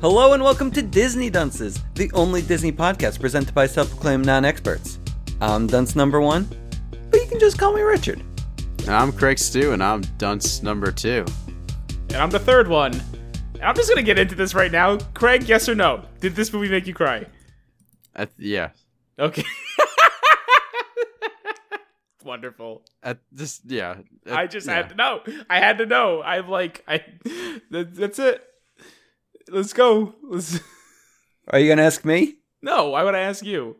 Hello and welcome to Disney Dunces, the only Disney podcast presented by self-proclaimed non-experts. I'm Dunce number one, but you can just call me Richard. And I'm Craig Stew, and I'm dunce number two. And I'm the third one. And I'm just gonna get into this right now. Craig, yes or no? Did this movie make you cry? At, yeah, Okay. Wonderful. at this, yeah. At- I just yeah. had to know. I had to know. I'm like, I. That, that's it. Let's go. Let's. Are you gonna ask me? No, why would I ask you?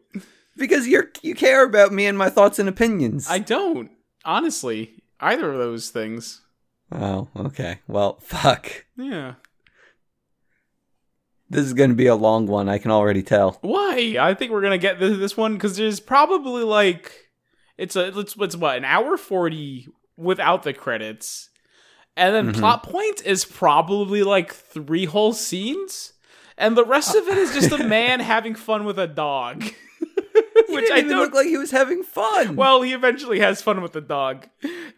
Because you're you care about me and my thoughts and opinions. I don't. Honestly, either of those things. Oh, okay. Well, fuck. Yeah. This is gonna be a long one. I can already tell. Why? I think we're gonna get this, this one because there's probably like it's a it's, it's what an hour forty without the credits, and then Mhm. plot point is probably like three whole scenes, and the rest of it is just a man having fun with a dog, He which didn't I even don't. look like he was having fun. well, he eventually has fun with the dog,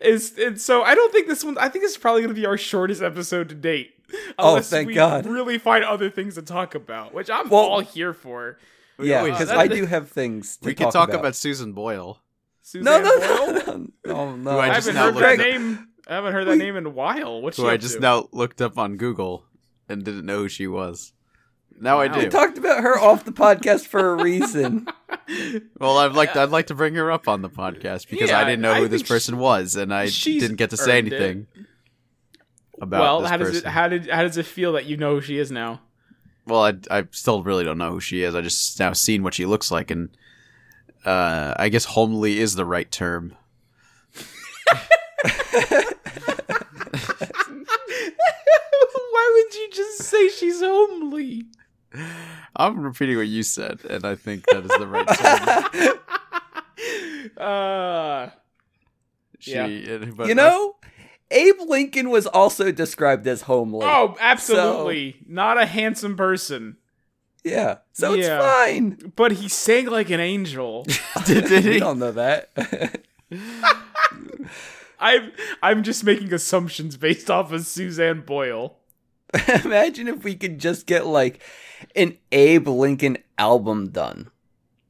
is and so I don't think this one. I think this is probably gonna be our shortest episode to date. Oh, unless thank we God. Really find other things to talk about, which I'm Well- all here for. yeah, wait, because that- I do have things to We talk, could talk about. Susan Boyle. No, Suzanne no, Boyle? no, no, no, no. I I just haven't now heard looked that Craig, it name. I haven't heard that name in a while. What's she Who I up just to? now looked up on Google and didn't know who she was. Now I Wow. we do. talked about her off the podcast for a reason. well, I'd like to, I'd like to bring her up on the podcast because I Yeah, didn't know I who this think she- person was, and I she's didn't get to say earned it. anything about Well, this how does person. it how did how does it feel that you know who she is now? well, I, I still really don't know who she is. I just now seen what she looks like, and uh, I guess homely is the right term. Why would you just say she's homely? I'm repeating what you said, and I think that is the right term. Uh, She, Yeah. and- but uh, you know, Abe Lincoln was also described as homely. oh, absolutely not a handsome person, yeah. So it's Yeah. fine. but he sang like an angel. I- did, did We he? don't know that. I'm I'm just making assumptions based off of Suzanne Boyle. Imagine if we could just get like an Abe Lincoln album done.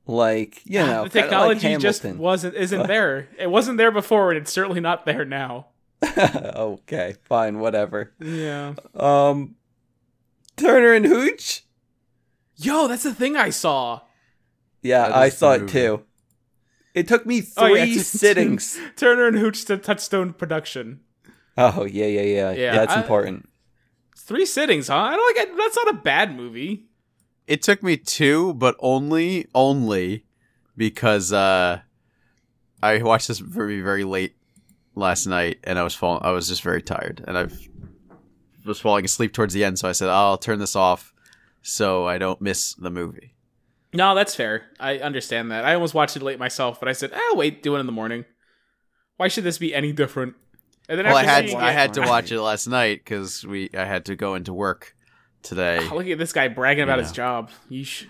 Like, you know, the kinda technology like just Hamilton. Uh. wasn't isn't there. It wasn't there before, and it's certainly not there now. okay, fine, whatever. Yeah. Um Turner and Hooch? Yo, that's the thing I saw. Yeah, That I is the saw it movie. too. It took me Oh, three yeah, it's- sittings. Turner and Hooch to Touchstone Production. Oh, yeah, yeah, yeah. Yeah, That's I- important. It's Three sittings, huh? I don't like it. That's not a bad movie. It took me two, but only only because uh, I watched this movie very late last night, and I was falling. I was just very tired, and I was falling asleep towards the end. So I said, "Oh, "I'll turn this off, so I don't miss the movie." No, that's fair. I understand that. I almost watched it late myself, but I said, "Ah, wait, do it in the morning." Why should this be any different? And then Well, I after had seeing I it- had to watch it last night because we I had to go into work today. Oh, look at this guy bragging about his Yeah. job. Yeesh.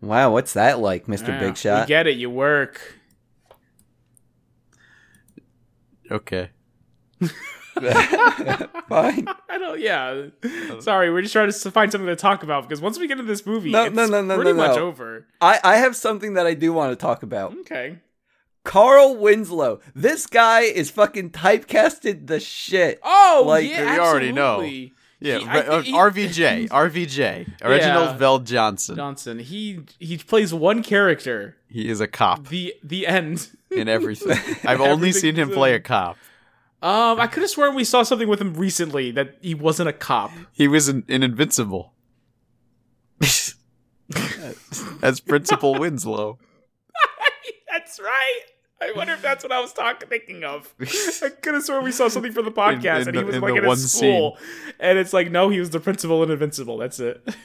Wow, what's that like, Mr. Yeah, Big Shot? We get it. You work. Okay. Fine. I don't. Yeah. Uh, Sorry, we're just trying to find something to talk about because once we get into this movie, No, it's no, no, no, pretty no, much no. over. I, I have something that I do want to talk about. Okay. Carl Winslow. This guy is fucking typecasted the shit. Oh, Like, yeah, we already know. absolutely. Yeah, He- I re- uh, think he- RVJ, RVJ, Reginald Yeah. Vell Johnson. Johnson. He he plays one character. He is a cop The the end. in everything. I've only Everything seen him is play in. a cop. Um, I could have sworn we saw something with him recently that he wasn't a cop. He was in, in Invincible. As Principal Winslow. That's right. I wonder if that's what I was talking thinking of. I could have sworn we saw something for the podcast, in and the- he was in like the in a one school, and it's like, no, he was the principal in Invincible. That's it.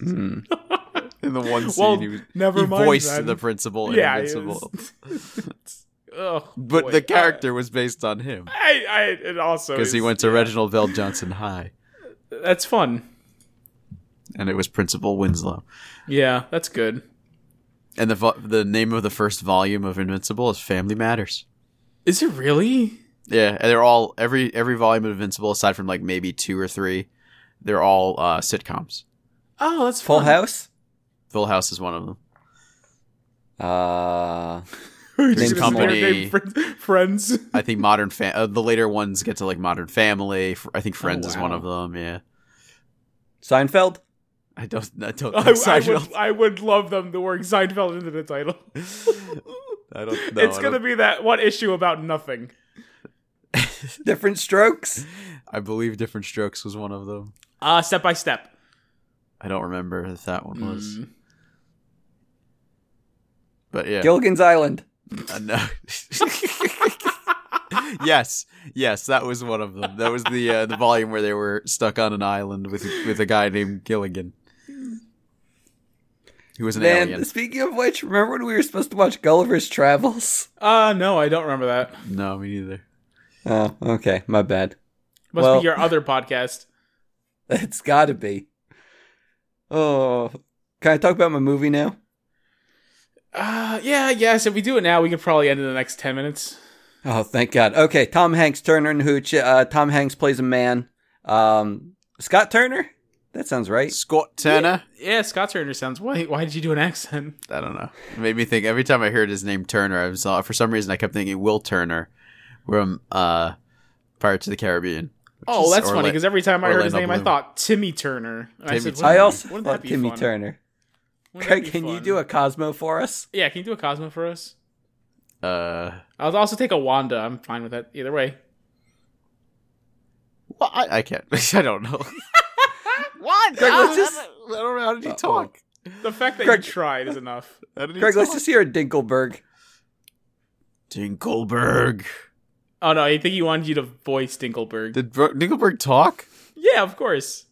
Hmm. in the one scene, Well, he, was, never he mind voiced then. the principal in yeah, it Invincible. was- oh, But boy. Oh, the character was based on him I, I, it also because he is- went to Reginald Vell Johnson High, That's fun. and it was Principal Winslow. Yeah, that's good. And the vo- the name of the first volume of Invincible is Family Matters. Is it really? Yeah, and they're all every every volume of Invincible, aside from like maybe two or three, they're all uh, sitcoms. Oh, that's Full fun. House. Full House is one of them. Uh, We're Green just gonna sit there Company. and name fri- Friends. I think Modern Fam. Uh, the later ones get to like Modern Family. F- I think Friends is one Oh, wow. of them. Yeah, Seinfeld. I don't. I don't. I, Think I Seinfeld- would, I would love them to work Seinfeld into the title. I don't. know. it's gonna be that one issue about nothing. Different Strokes. I believe Different Strokes was one of them. Uh step by step. I don't remember if that one was. Mm. But yeah, Gilligan's Island. Uh, no. yes, yes, that was one of them. That was the uh, the volume where they were stuck on an island with with a guy named Gilligan, who was an Man, alien. speaking of which, remember when we were supposed to watch Gulliver's Travels? Uh no, I don't remember that. No, me neither. Oh, okay, my bad. Must Well- be your other podcast. It's got to be. Oh, can I talk about my movie now? Uh yeah, yes, if we do it now, we could probably end in the next ten minutes. Oh, thank God. Okay, Tom Hanks, Turner and Hooch. Uh, Tom Hanks plays a man. Um, Scott Turner. That sounds right. Scott Turner. Yeah, Scott Turner sounds why why did you do an accent? I don't know. It made me think every time I heard his name Turner. I was for some reason I kept thinking Will Turner from uh, Pirates of the Caribbean. which Oh, is that's funny Orla- because every time I heard his Orlando name, I Bloom. thought Timmy Turner. And Timmy wouldn't Turner. I that- also wouldn't thought that be Timmy fun? Turner. Wouldn't that Craig, be can you fun? do a Cosmo for us? Yeah, can you do a Cosmo for us? Uh, I'll also take a Wanda. I'm fine with that either way. well, I, I can't. I don't know. what? Greg, I, let's don't- just- I don't, I don't know. How did he Uh-oh. talk? The fact that Greg- you tried is enough. How did he Craig, let's talk? just hear a Dinkelberg. Dinkelberg. Oh no, I think he wanted you to voice Dinkelberg. Did Bro- Dinkelberg talk? yeah, of course.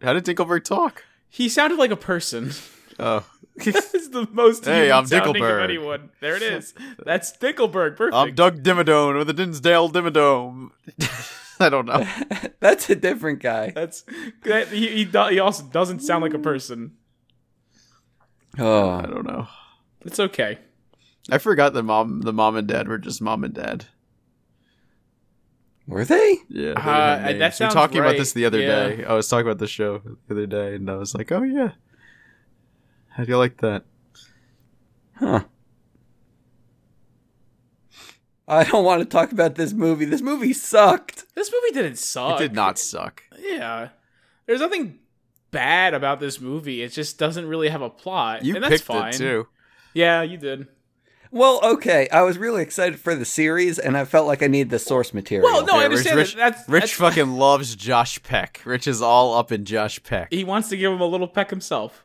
How did Dinkelberg talk? He sounded like a person. Oh, That's the most Hey, human I'm sounding of Dinkelberg. anyone. There it is. That's Dinkelberg. Perfect. I'm Doug Dimmadome with the Dinsdale Dimmadome. I don't know. That's a different guy. That's that, he, he. do- He also doesn't sound like a person. I Oh, don't know. It's okay. I forgot that mom, the mom and dad were just mom and dad. were they? Yeah, they Uh, didn't have that names. we were sounds talking about right. this the other Yeah. day. I was talking about the show the other day, and I was like, "Oh yeah, how do you like that?" Huh. I don't want to talk about this movie. This movie sucked. This movie didn't suck. It did not suck. Yeah. There's nothing bad about this movie. It just doesn't really have a plot. You and that's picked fine. it too. Yeah, you did. Well, okay. I was really excited for the series, and I felt like I needed the source material. Well, no, Oh, I Yeah, Rich- understand Rich- that. That's Rich that's- fucking loves Josh Peck. Rich is all up in Josh Peck. He wants to give him a little peck himself.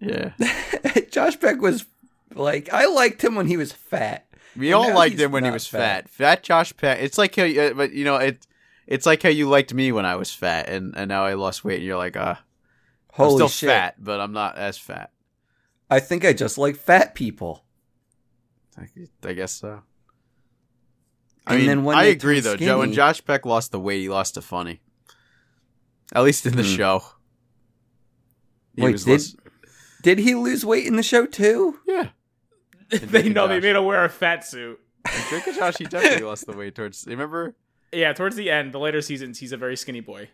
Yeah. Josh Peck was like, I liked him when he was fat. We And all now liked he's him when he not was fat. fat. fat. Josh Peck. It's like how, you- uh, but you know, it. It's like how you liked me when I was fat, and, and now I lost weight, and you're like, uh, Holy I'm still shit! fat, but I'm not as fat. I think I just like fat people. I, I guess so. I And mean, then when I they agree though. turned Joe when skinny- Josh Peck lost the weight, he lost the funny. At least in the Hmm. show. He Wait, was did- less- Did he lose weight in the show too? yeah. they Drake know and they Josh. made him wear a fat suit. In Drake and Josh, he definitely lost the weight towards. Remember, Yeah, towards the end, the later seasons, he's a very skinny boy.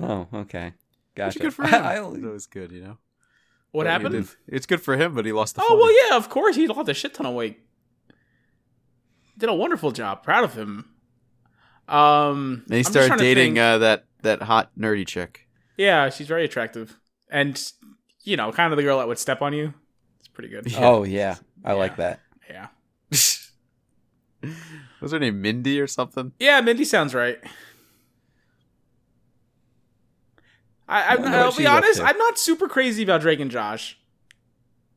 Oh, okay. Which Gotcha. is good for him. I That only- was good, you know. What But he happened? did- It's good for him, but he lost the. Oh funny. well, yeah, of course he lost a shit ton of weight. Did a wonderful job. Proud of him. Um, And he I'm just started trying to dating think. uh, that that hot nerdy chick. yeah, she's very attractive, and you know, kind of the girl that would step on you. It's pretty good. Oh yeah, I Yeah. like that. Yeah. Was her name Mindy or something? Yeah, Mindy sounds right. I, I, know what I'll she's be up honest. to. I'm not super crazy about Drake and Josh.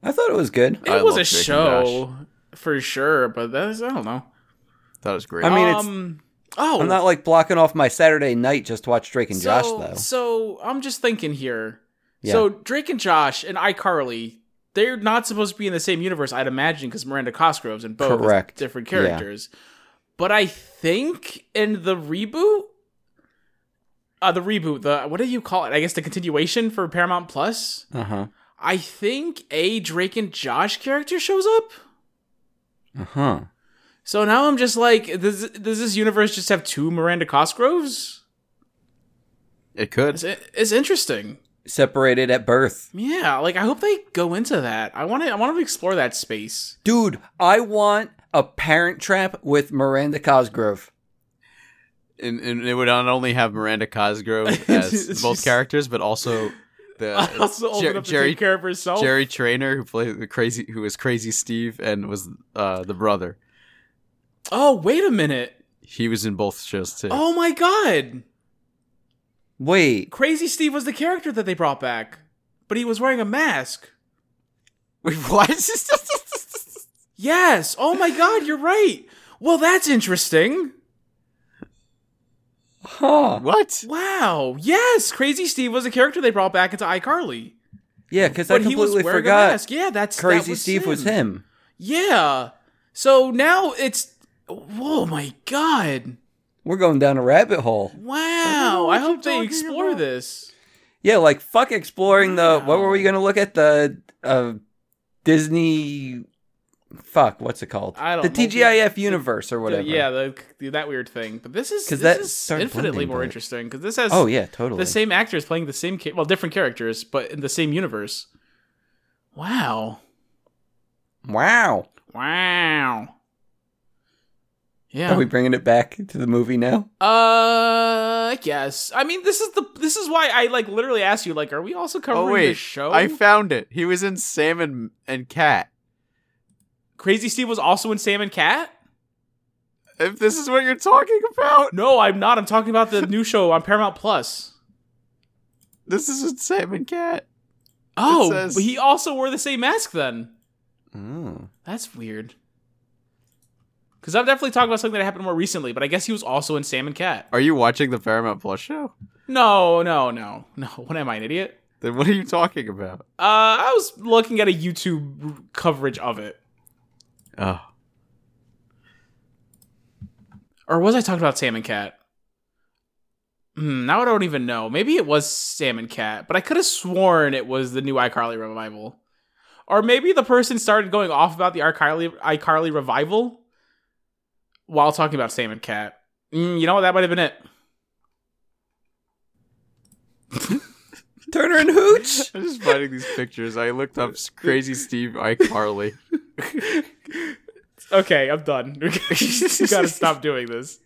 I thought it was good. It I love was a Drake and show for sure, but that's I don't know. That was great. I mean, it's- um, oh, I'm not like blocking off my Saturday night just to watch Drake and Josh so, though. So I'm just thinking here. Yeah. So Drake and Josh and iCarly, they're not supposed to be in the same universe, I'd imagine, because Miranda Cosgrove's in both Correct. different Yeah. characters. But I think in the reboot, uh, the reboot, the what do you call it? I guess the continuation for Paramount Plus. Uh huh. I think a Drake and Josh character shows up. Uh huh. So now I'm just like, does does this universe just have two Miranda Cosgroves? it could. It's, it's interesting. Separated at birth. Yeah, like I hope they go into that. I want to. I want to explore that space. Dude, I want a parent trap with Miranda Cosgrove. and, and it would not only have Miranda Cosgrove as both characters, but also the I also old Jer- enough to Jerry take care of herself. Jerry Trainer, who played the crazy, who was Crazy Steve, and was uh, the brother. Oh wait a minute! He was in both shows too. Oh my god! Wait, Crazy Steve was the character that they brought back, but he was wearing a mask. Wait, what? Yes. Oh my god, you're right. Well, that's interesting. huh? what? Wow. Yes, Crazy Steve was the character they brought back into iCarly. Yeah, because I But he was completely wearing a forgot. mask. Yeah, that's that Crazy Steve was him. Yeah. So now it's. Oh my god. We're going down a rabbit hole. Wow, I, hope they explore this. Yeah, like fuck exploring the. What were we gonna look at the uh, Disney? Fuck, what's it called? I don't the know. TGIF universe or whatever. The- yeah, the, the- that weird thing. But this is 'Cause this that is started infinitely blending, more but- interesting because this has Oh yeah, totally. the same actors playing the same cha- well different characters but in the same universe. Wow, Wow. wow. Are Yeah. we bringing it back to the movie now? uh, I guess. I mean, this is the this is why I like literally asked you like, are we also Oh covering wait, this show? I found it. He was in Sam and, and Cat. Crazy Steve was also in Sam and Cat. If this is what you're talking about, No, I'm not. I'm talking about the new show on Paramount Plus. this isn't Sam and Cat. Oh, says- but he also wore the same mask then. Mm. That's weird. Because I've definitely talked about something that happened more recently, but I guess he was also in Sam and Cat. Are you watching the Paramount Plus show? No, no, no, no. What am I, an idiot? Then what are you talking about? Uh, I was looking at a YouTube coverage of it. Oh, Or was I talking about Sam and Cat? Hmm, now I don't even know. Maybe it was Sam and Cat, but I could have sworn it was the new iCarly revival. Or maybe the person started going off about the iCarly, iCarly revival while talking about Sam and Cat. Mm, you know what? That might have been it. Turner and Hooch. I'm just finding these pictures. I looked up Crazy Steve iCarly. Okay, I'm done. you gotta stop doing this.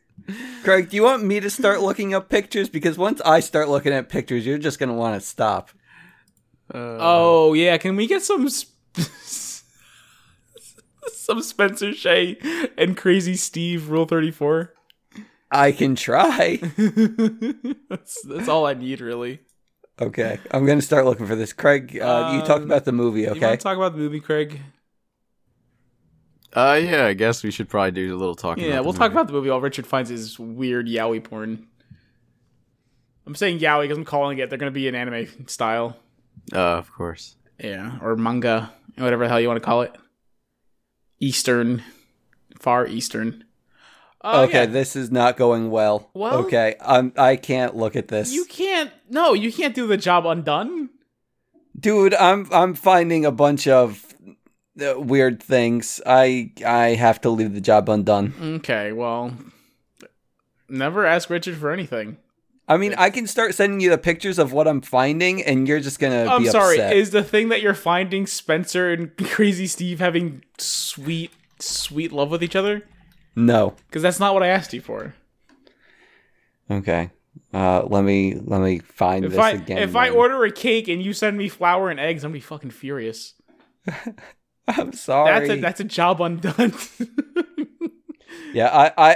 Craig, do you want me to start looking up pictures? Because once I start looking at pictures, you're just gonna want to stop. Uh-huh. Uh, Oh yeah, can we get some sp- some Spencer Shay and Crazy Steve Rule Thirty Four? I can try. that's, that's all I need, really. Okay, I'm gonna start looking for this. Craig, uh, you talk Um, about the movie, You okay? want to talk about the movie, Craig? Uh, yeah, I guess we should probably do a little talking. Yeah, about the we'll talk movie. about the movie while Richard finds his weird yaoi porn. I'm saying yaoi because I'm calling it. They're going to be in anime style. Uh, of course. Yeah, or manga, whatever the hell you want to call it. Eastern, Far Eastern. Oh, okay, yeah. this is not going well. Well- okay, I'm. I can't look at this, You can't. No, you can't do the job undone. dude. I'm. I'm finding a bunch of uh, weird things. I. I have to leave the job undone. Okay, well, never ask Richard for anything. I mean, I can start sending you the pictures of what I'm finding, and you're just gonna. I'm be sorry. upset. Is the thing that you're finding Spencer and Crazy Steve having sweet, sweet love with each other? no. Because that's not what I asked you for. Okay. Uh, let me let me find If this I again. if I then. order a cake and you send me flour and eggs, I'm gonna be fucking furious. I'm sorry. That's a that's a job undone. Yeah, I, I,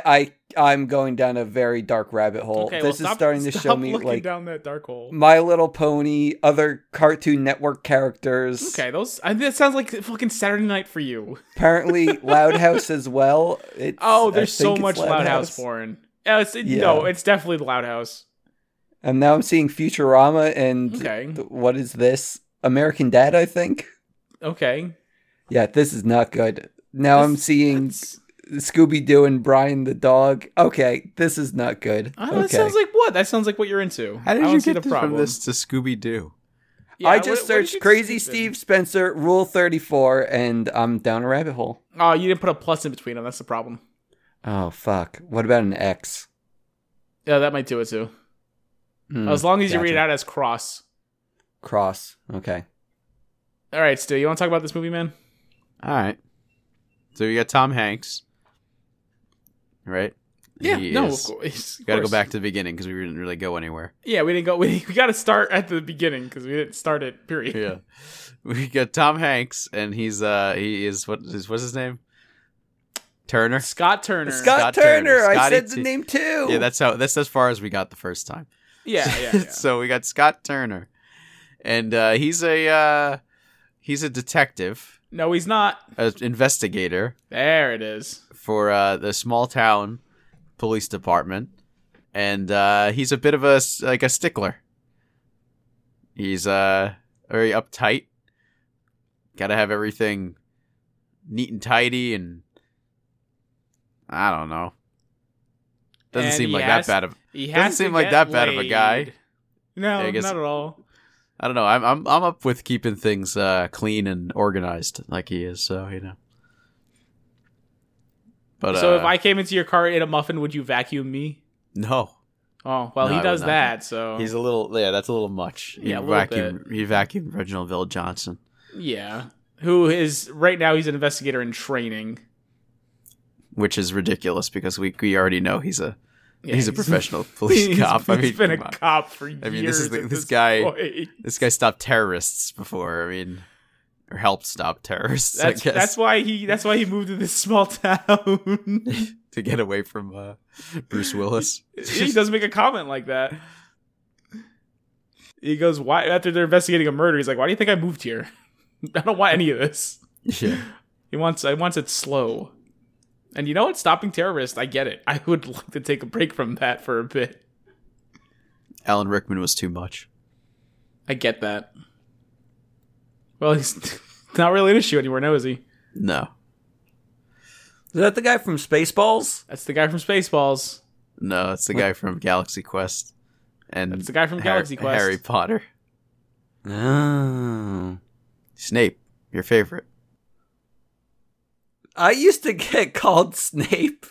I, I'm going down a very dark rabbit hole. Okay, Oh, this well, is stop- starting to show stop me looking like down that dark hole. My Little Pony, other Cartoon Network characters. Okay, those I, that sounds like fucking Saturday night for you. Apparently, Loud House as well. It's, Oh, I there's so think it's much Loud, House, porn. Uh, it's- it- No, Yeah. it's definitely Loud House. And now I'm seeing Futurama and Okay. th- what is this? American Dad, I think. Okay. Yeah, this is not good. Now I'm This- seeing that's- Scooby Doo and Brian the dog. Okay, this is not good. I don't know, okay. That sounds like what? That sounds like what you're into. How I did don't you see get the this problem. from this to Scooby Doo? Yeah, I what- just what did searched you Crazy type in? Steve Spencer Rule 34 and I'm down a rabbit hole. Oh, you didn't put a plus in between them. That's the problem. Oh, fuck. What about an X? Yeah, that might do it too. Hmm, as long as you read it gotcha. out as cross. Cross. Okay. All right, Stu, you want to talk about this movie, man? All right. So you got Tom Hanks, right? He no, is- of course. You got to go back to the beginning because we didn't really go anywhere. Yeah, we didn't go. We, we got to start at the beginning because we didn't start it. Period. Yeah, we got Tom Hanks, and he's uh he is what is what's his name? Turner. Scott Turner. Scott, Scott Turner. Turner. I Scotty said the T- name too. Yeah, that's how that's as far as we got the first time. Yeah, yeah. yeah. so we got Scott Turner, and uh, he's a uh, he's a detective, no, he's not. an investigator There it is. for uh, the small town police department, and uh, he's a bit of a s- like a stickler. He's uh very uptight. Got to have everything neat and tidy, and I don't know. Doesn't And seem he like has- that bad of. He Doesn't has to seem like get that bad of a guy. laid. No, Yeah, I guess- not at all. I don't know. I'm I'm I'm up with keeping things uh, clean and organized like he is. So you know. But so uh, if I came into your car in a muffin, would you vacuum me? no, Oh, well, No, he I does would not. that. So he's a little yeah. That's a little much. Yeah, a he little vacuumed he vacuumed Reginald Bill Johnson. yeah, who is right now? He's an investigator in training. which is ridiculous because we we already know he's a Yeah, he's a professional police he's- cop. I mean, he's been a come on. cop for years. I mean, this is the- at this guy- point. this guy stopped terrorists before. I mean, or helped stop terrorists. That's I guess that's why he that's why he moved to this small town. to get away from uh, Bruce Willis. he does make a comment like that. He goes, "Why?" After they're investigating a murder, he's like, "Why do you think I moved here? I don't want any of this." yeah. He wants I wants it slow. And you know what? Stopping terrorists, I get it. I would like to take a break from that for a bit. Alan Rickman was too much. I get that. Well, he's not really an issue anymore now, is he? No, Is that the guy from Spaceballs? That's the guy from Spaceballs. no, it's the guy from Galaxy Quest, and That's the guy from Har- Galaxy Quest. Harry Potter, Oh. Snape, your favorite. I used to get called Snape.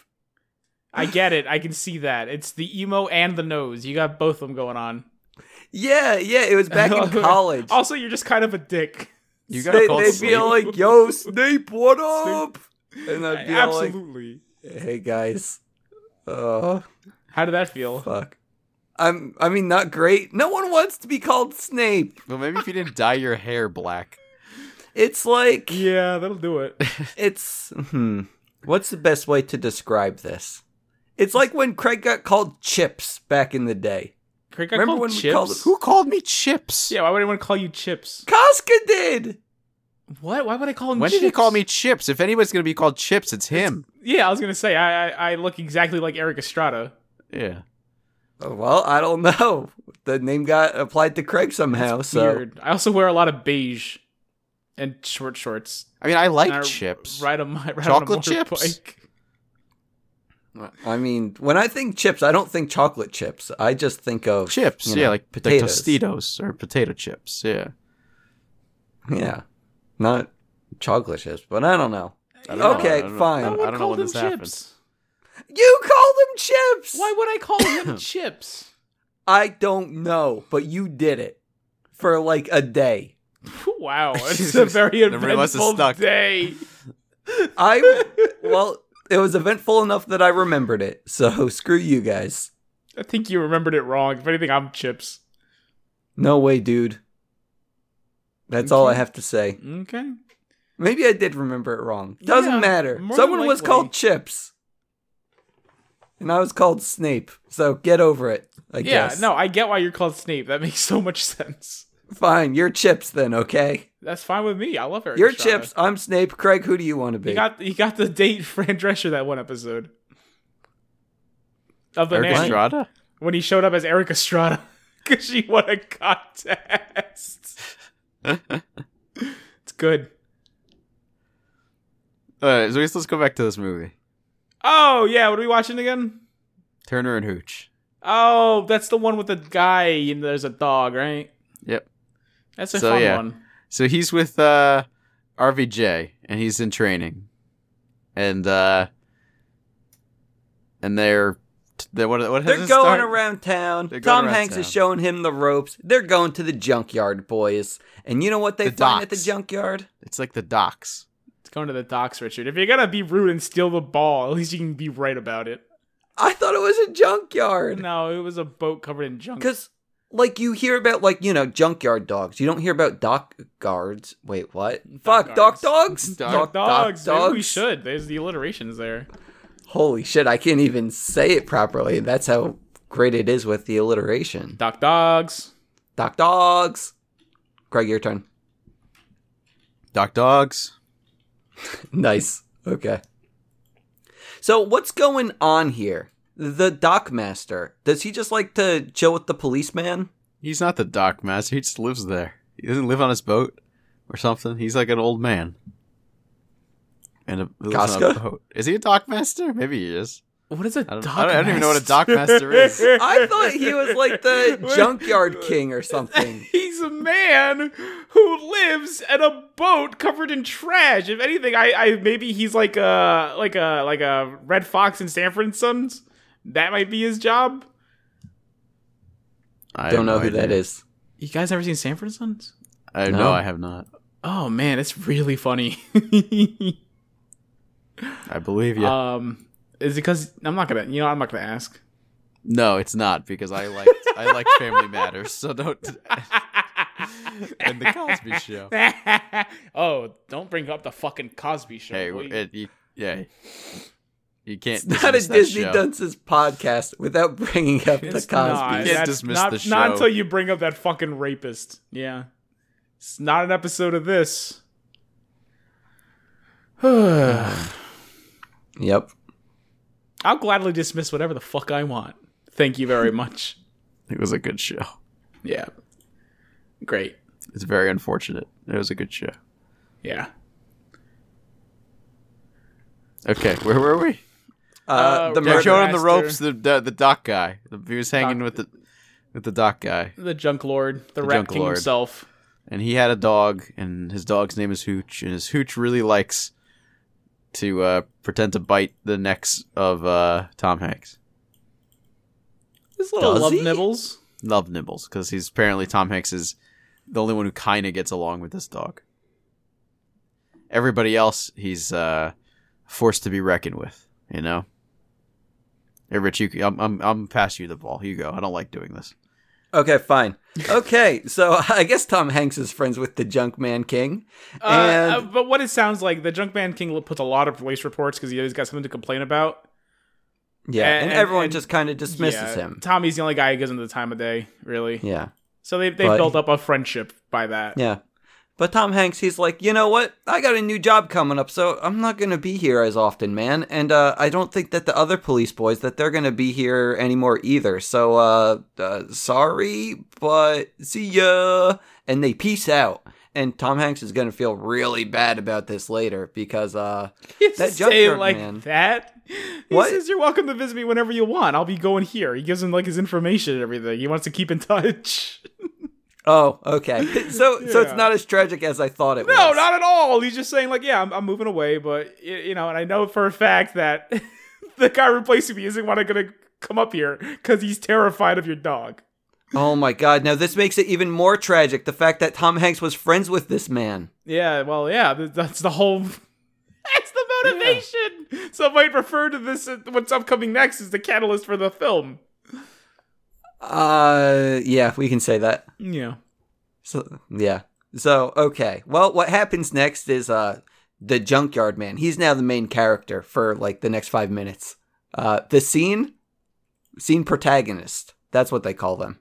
I get it. I can see that. It's the emo and the nose. You got both of them going on. Yeah, yeah, it was back in college. also, you're just kind of a dick. You got they, called they'd Snape. be all like, "Yo, Snape, what up?" And I'd be all like, Absolutely. "Hey guys, oh How did that feel? fuck, I'm I mean not great. No one wants to be called Snape. well, maybe if you didn't dye your hair black. It's like Yeah, that'll do it. it's hmm. What's the best way to describe this? It's like when Craig got called Chips back in the day. Craig got Remember called when chips? we called Who called me Chips? Yeah, why would anyone call you chips? Casca did. What? Why would I call him? When chips? did he call me Chips? If anyone's gonna be called Chips, it's him. Yeah, I was gonna say I I, I look exactly like Eric Estrada. yeah. Oh, Well, I don't know. The name got applied to Craig somehow. so Weird. I also wear a lot of beige and short shorts. I mean, I like And I chips. Ride on my ride Chocolate on a chips? motorbike. I mean, when I think chips, I don't think chocolate chips. I just think of Chips, you yeah, know, like, like Tostitos or potato chips, yeah. Yeah, not chocolate chips, but I don't know. I don't know, I okay, don't know. fine. No I one don't know called when him this happened. chips. You call them chips. Why would I call him chips? I don't know, but you did it for like a day. Wow, it's a very Everybody must have eventful stuck. day. I well, it was eventful enough that I remembered it. So screw you guys. I think you remembered it wrong. If anything, I'm chips. No way, dude. That's all I have to say. Okay. Maybe I did remember it wrong. Doesn't Yeah, matter. more than Someone was likely. called chips. And I was called Snape, so get over it. I yeah, guess. no, I get why you're called Snape. That makes so much sense. Fine, you're Chips then, okay? That's fine with me. I love Eric. You're Estrada. Chips. I'm Snape. Craig, who do you want to be? He got he got the date for Fran Drescher that one episode of the Eric nanny, Estrada? when he showed up as Eric Estrada because she won a contest. it's good. Alright, so let's go back to this movie. Oh yeah, what are we watching again? Turner and Hooch. Oh, that's the one with the guy and there's a dog, right? Yep. That's a So, fun yeah. one. So he's with uh, RVJ, and he's in training, and uh, and they're they what what They're does going it start? around town. They're going Tom around Hanks is town. showing him the ropes. They're going to the junkyard, boys. And you know what they The find at the docks. junkyard? It's like the docks. It's going to the docks, Richard. If you're gonna be rude and steal the ball, at least you can be right about it. I thought it was a junkyard. No, it was a boat covered in junk. Because, like, you hear about, like, you know, junkyard dogs. You don't hear about dock guards. Wait, what? Fuck, dock guards. dogs? Dock dogs. dock Maybe we should. There's the alliterations there. Holy shit, I can't even say it properly. That's how great it is with the alliteration. Dock dogs. Dock dogs. Craig, your turn. Dock dogs. Nice. Okay. So what's going on here? The dock master. Does he just like to chill with the policeman? He's not the dock master. He just lives there. He doesn't live on his boat or something. He's like an old man. And a, he lives on a Casca? boat. Is he a dock master? Maybe he is. What is a I don't- dock? I don't- I don't even know what a dock master is. I thought he was like the junkyard king or something. He's a man who lives in a boat covered in trash. If anything, I, I maybe he's like a like a like a red fox in Sanford and Sons. That might be his job. I I don't have know no who that idea. is. You guys ever seen Sanford and Sons? I no. No. I have not. Oh man, it's really funny. I believe you. Um, is it because I'm not gonna you know I'm not gonna ask. no, it's not because I like I like Family Matters. So don't. and the Cosby Show. oh, don't bring up the fucking Cosby Show. Hey, will you? it, you, yeah, you can't. It's not a dismiss that Disney show. Dunces podcast without bringing up It's the Cosby. not. You can't That's dismiss not, the Not show. until you bring up that fucking rapist. Yeah, it's not an episode of this. I'll Yep. gladly dismiss whatever the fuck I want. Thank you very much. It was a good show. yeah, great. It's very unfortunate. It was a good show. Yeah. Okay, where were we? Uh, Uh, the Jack They're murder. showing on the Master. ropes. The, the the dock guy. The- He was hanging with the with the dock guy, The junk lord, the, The rat junk king lord. himself. and he had a dog, and his dog's name is Hooch, and his Hooch really likes to uh, pretend to bite the necks of uh, Tom Hanks. His little Does love he? nibbles. Love Nibbles because he's apparently Tom Hanks is the only one who kind of gets along with this dog. Everybody else, he's uh, forced to be reckoned with. You know. Hey, Rich, you, I'm I'm I'm pass you the ball. You go. I don't like doing this. Okay, fine. Okay, so I guess Tom Hanks is friends with the Junkman King. And uh, uh, but what it sounds like, the junk man king puts a lot of police reports because he always got something to complain about. yeah, and, and- everyone and- just kind of dismisses Yeah, him. Tommy's the only guy who gives him the time of day, really. Yeah. So they they But- built up a friendship by that. Yeah. But Tom Hanks, he's like, you know what? I got a new job coming up, so I'm not going to be here as often, man. And uh, I don't think that the other police boys that they're going to be here anymore either. So uh, uh, sorry, but see ya. And they peace out. And Tom Hanks is going to feel really bad about this later because uh, That Say junkyard like man. that. He What? says you're welcome to visit me whenever you want. I'll be going here. He gives him like his information and everything. He wants to keep in touch. oh, okay. So so it's Yeah. not as tragic as I thought it was. No, not at all. He's just saying like, yeah, I'm, I'm moving away, but y- you know, and I know for a fact that the guy replacing me isn't want gonna come up here because he's terrified of your dog. Oh my god. Now this makes it even more tragic the fact that Tom Hanks was friends with this man. Yeah, well, yeah, th- that's the whole. That's the motivation. Some might refer to this uh, what's upcoming next as the catalyst for the film. Uh yeah, we can say that. Yeah. So yeah. So okay. Well, what happens next is uh the junkyard man. He's now the main character for like the next five minutes Uh, the scene, scene protagonist. That's what they call them.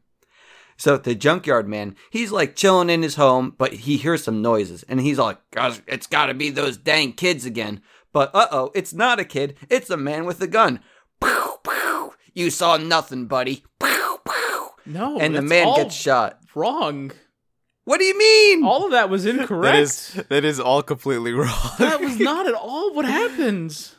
So the junkyard man, he's like chilling in his home, but he hears some noises, and he's like, "Gosh, it's got to be those dang kids again." But uh oh, it's not a kid; it's a man with a gun. Pew, pew. You saw nothing, buddy. Pew, pew. No, and the that's man all gets shot. Wrong. What do you mean? All of that was incorrect. That is that is all completely wrong. that was not at all what happened.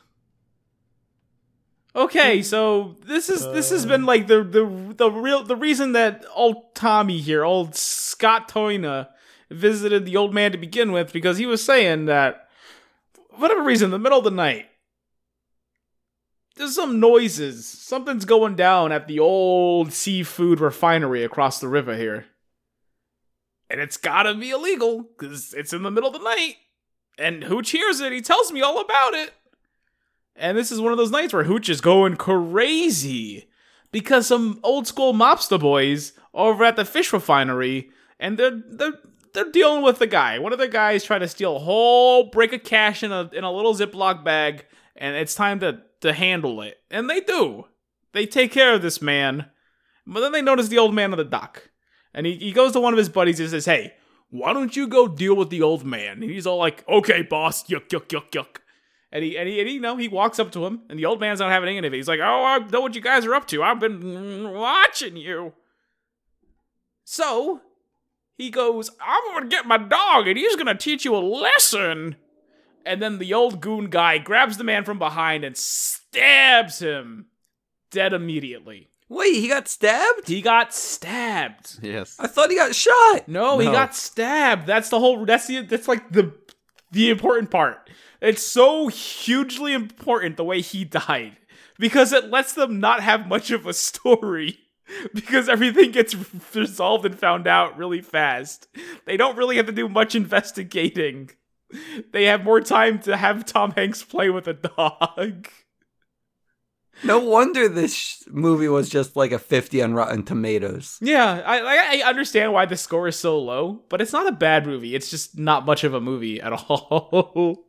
Okay, so this is this has been like the the the real the reason that old Tommy here, old Scott Toyna, visited the old man to begin with because he was saying that for whatever reason, in the middle of the night, there's some noises, something's going down at the old seafood refinery across the river here, and it's gotta be illegal because it's in the middle of the night and Hooch hears it. He tells me all about it. And this is one of those nights where Hooch is going crazy because some old school mobster boys over at the fish refinery, and they're they're they're dealing with the guy. One of the guys trying to steal a whole break of cash in a in a little Ziploc bag, and it's time to to handle it. And they do. They take care of this man, but then they notice the old man on the dock, and he, he goes to one of his buddies and says, "Hey, why don't you go deal with the old man? And he's all like, okay, boss, yuck, yuck, yuck, yuck. And he, and he, and he, you know, he walks up to him, and the old man's not having any of it. He's like, oh, I know what you guys are up to. I've been watching you. So he goes, I'm going to get my dog, and he's going to teach you a lesson. And then the old goon guy grabs the man from behind and stabs him dead immediately. Wait, he got stabbed? He got stabbed. yes. I thought he got shot. No, he No. got stabbed. That's the whole. That's the. That's like the the important part. It's so hugely important the way he died because it lets them not have much of a story because everything gets resolved and found out really fast. They don't really have to do much investigating. They have more time to have Tom Hanks play with a dog. No wonder this sh- movie was just like a 50 on Rotten Tomatoes. Yeah, I I I understand why the score is so low, but it's not a bad movie. It's just not much of a movie at all.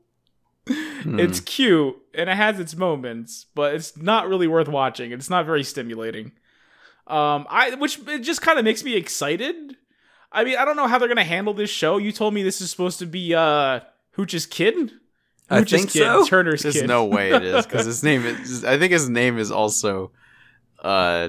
Hmm. It's Mm. cute and it has its moments, but it's not really worth watching. It's not very stimulating. Um, I which it just kind of makes me excited. I mean, I don't know how they're gonna handle this show. You told me this is supposed to be uh Hooch's kid. Hooch's I think kid, so. Turner's There's kid. no way it is because his name is. I think his name is also, uh,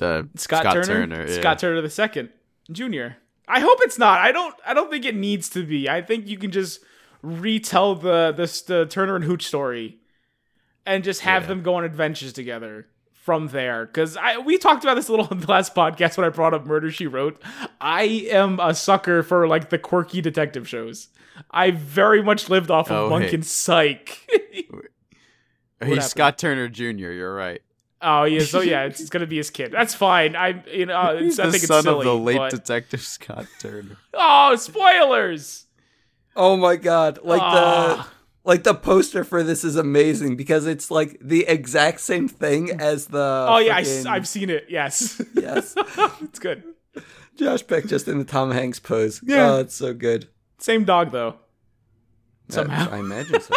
uh Scott, Turner, yeah. Scott Turner the second, Junior. I hope it's not. I don't. I don't think it needs to be. I think you can just retell the the, the Turner and Hooch story, and just have them go on adventures together from there. Because I we talked about this a little in the last podcast when I brought up Murder She Wrote. I am a sucker for like the quirky detective shows. I very much lived off of Oh, Monk hey. and Psych. He's happened? Scott Turner Jr. You're right. oh yeah, so yeah, it's, it's gonna be his kid. That's fine. I you know uh, He's it's, I the think son it's silly, of the late but- detective Scott Turner. Oh, spoilers! Oh my god. Like Ah. the like the poster for this is amazing because it's like the exact same thing as the Oh yeah, I, freaking- have seen it. Yes, Yes. it's good. Josh Peck just in the Tom Hanks pose. Yeah. Oh, it's so good. Same dog though. Somehow. I, I imagine so.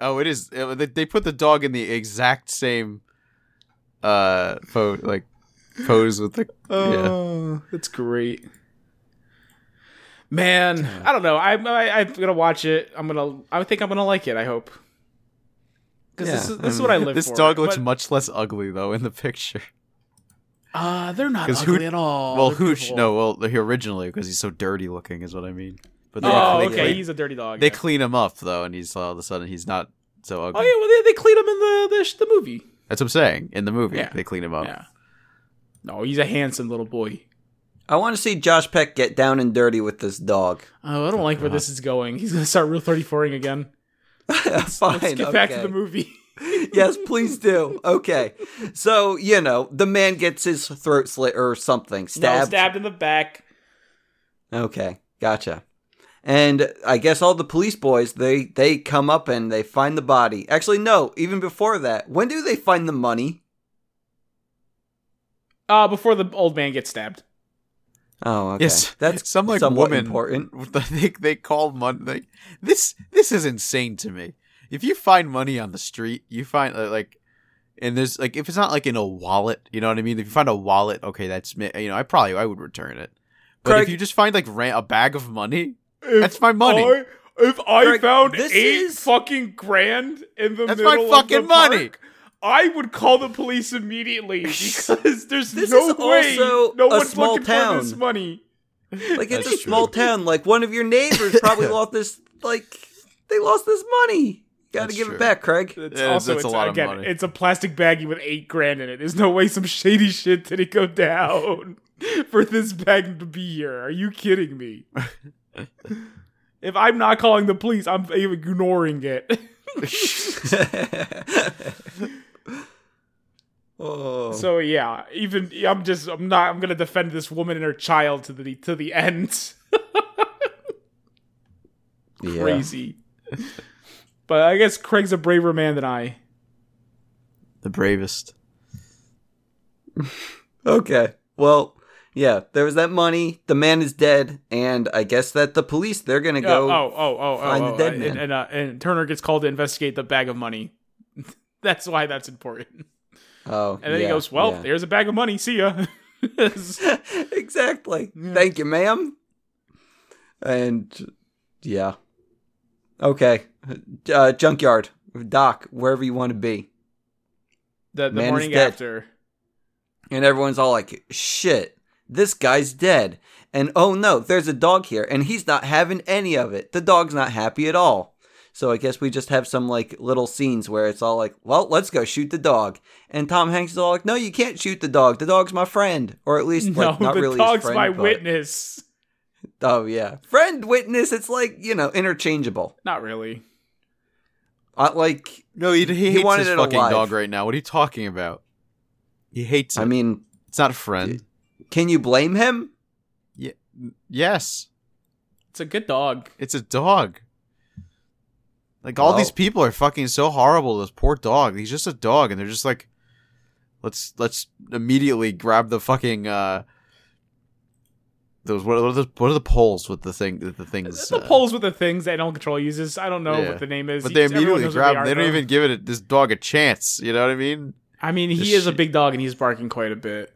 Oh, it is. it- they- they put the dog in the exact same, uh, pose like pose with the. yeah. Oh, that's great. Man, I don't know. I, I I'm gonna watch it. I'm gonna. I think I'm gonna like it. I hope. Because this Yeah, is this is what I live This for. dog looks But, much less ugly though in the picture. Uh, they're not 'Cause ugly Hooch- Oh, at all. well, They're Hooch. beautiful. No, well, he originally because he's so dirty looking is what I mean. But they, Oh, they okay. clean- He's a dirty dog. they yeah. clean him up though, and he's all of a sudden he's not so ugly. oh yeah, well they, they clean him in the the, sh- the movie. That's what I'm saying. In the movie, Yeah. they clean him up. Yeah. No, he's a handsome little boy. I want to see Josh Peck get down and dirty with this dog. Oh, I don't like where this is going. He's gonna start Rule 34ing again. Fine. Let's get back to okay. the movie. yes, please do. Okay. So, you know, the man gets his throat slit or something. No, Stabbed. stabbed in the back. Okay, gotcha. And I guess all the police boys they they come up and they find the body. Actually, no, even before that, when do they find the money? Uh, before the old man gets stabbed. Oh, okay. Yes, that's some like somewhat woman. important. I think they call Monday. This this is insane to me. if you find money on the street, you find uh, like, and there's like if it's not like in a wallet, you know what I mean. If you find a wallet, okay, that's mi- you know I probably I would return it. But Craig- if you just find like ran- a bag of money, that's my money. I, if I Greg, found this eight is- fucking grand in the That's my middle fucking of the park, money. I would call the police immediately because there's This no is way also no a one's small looking for this town. money. Like it's That's a true. small town. Like one of your neighbors probably lost this. Like they lost this money. Got to That's give true. it back, Craig. That's Yeah, also that's a it's, lot of again, money. it's a plastic baggie with eight grand in it. There's no way some shady shit didn't go down for this bag to be here. Are you kidding me? if I'm not calling the police, I'm ignoring it. oh, So yeah, even I'm just I'm not I'm gonna defend this woman and her child to the to the end. yeah. Crazy. but I guess Craig's a braver man than I. The bravest. Okay. Well, yeah. There was that money. The man is dead, and I guess that the police they're gonna Uh, go. oh oh oh find oh, the oh, dead and, man. and, uh, and Turner gets called to investigate the bag of money. that's why that's important. Oh, And then yeah, he goes, "Well, yeah. there's a bag of money. See ya." exactly. Hmm. Thank you, ma'am. And yeah. Okay. Uh, junkyard, dock, wherever you want to be. the the Man is morning dead. after. And everyone's all like, shit, this guy's dead. And oh no, there's a dog here, and he's not having any of it. The dog's not happy at all. So I guess we just have some like little scenes where it's all like, well, let's go shoot the dog. And Tom Hanks is all like, no, you can't shoot the dog. The dog's my friend. Or at least, no, like, not the really his dog's friend, my but- witness. Oh yeah, friend witness. It's like you know interchangeable. Not really. Uh, like No, he, he, hates wanted his it fucking alive. dog right now. What are you talking about? He hates it. I mean, it's not a friend. can you blame him? Yes, It's a good dog. it's a dog. Like all Well- these people are fucking so horrible. to This poor dog. He's just a dog, and they're just like, let's let's immediately grab the fucking uh those what are those what are the poles with the thing the things the uh, poles with the things that animal control uses. I don't know yeah. what the name is. but they Everyone immediately knows what grab. They, they are, don't though. even give it a, this dog a chance. You know what I mean? I mean, This he is a shit. big dog and he's barking quite a bit.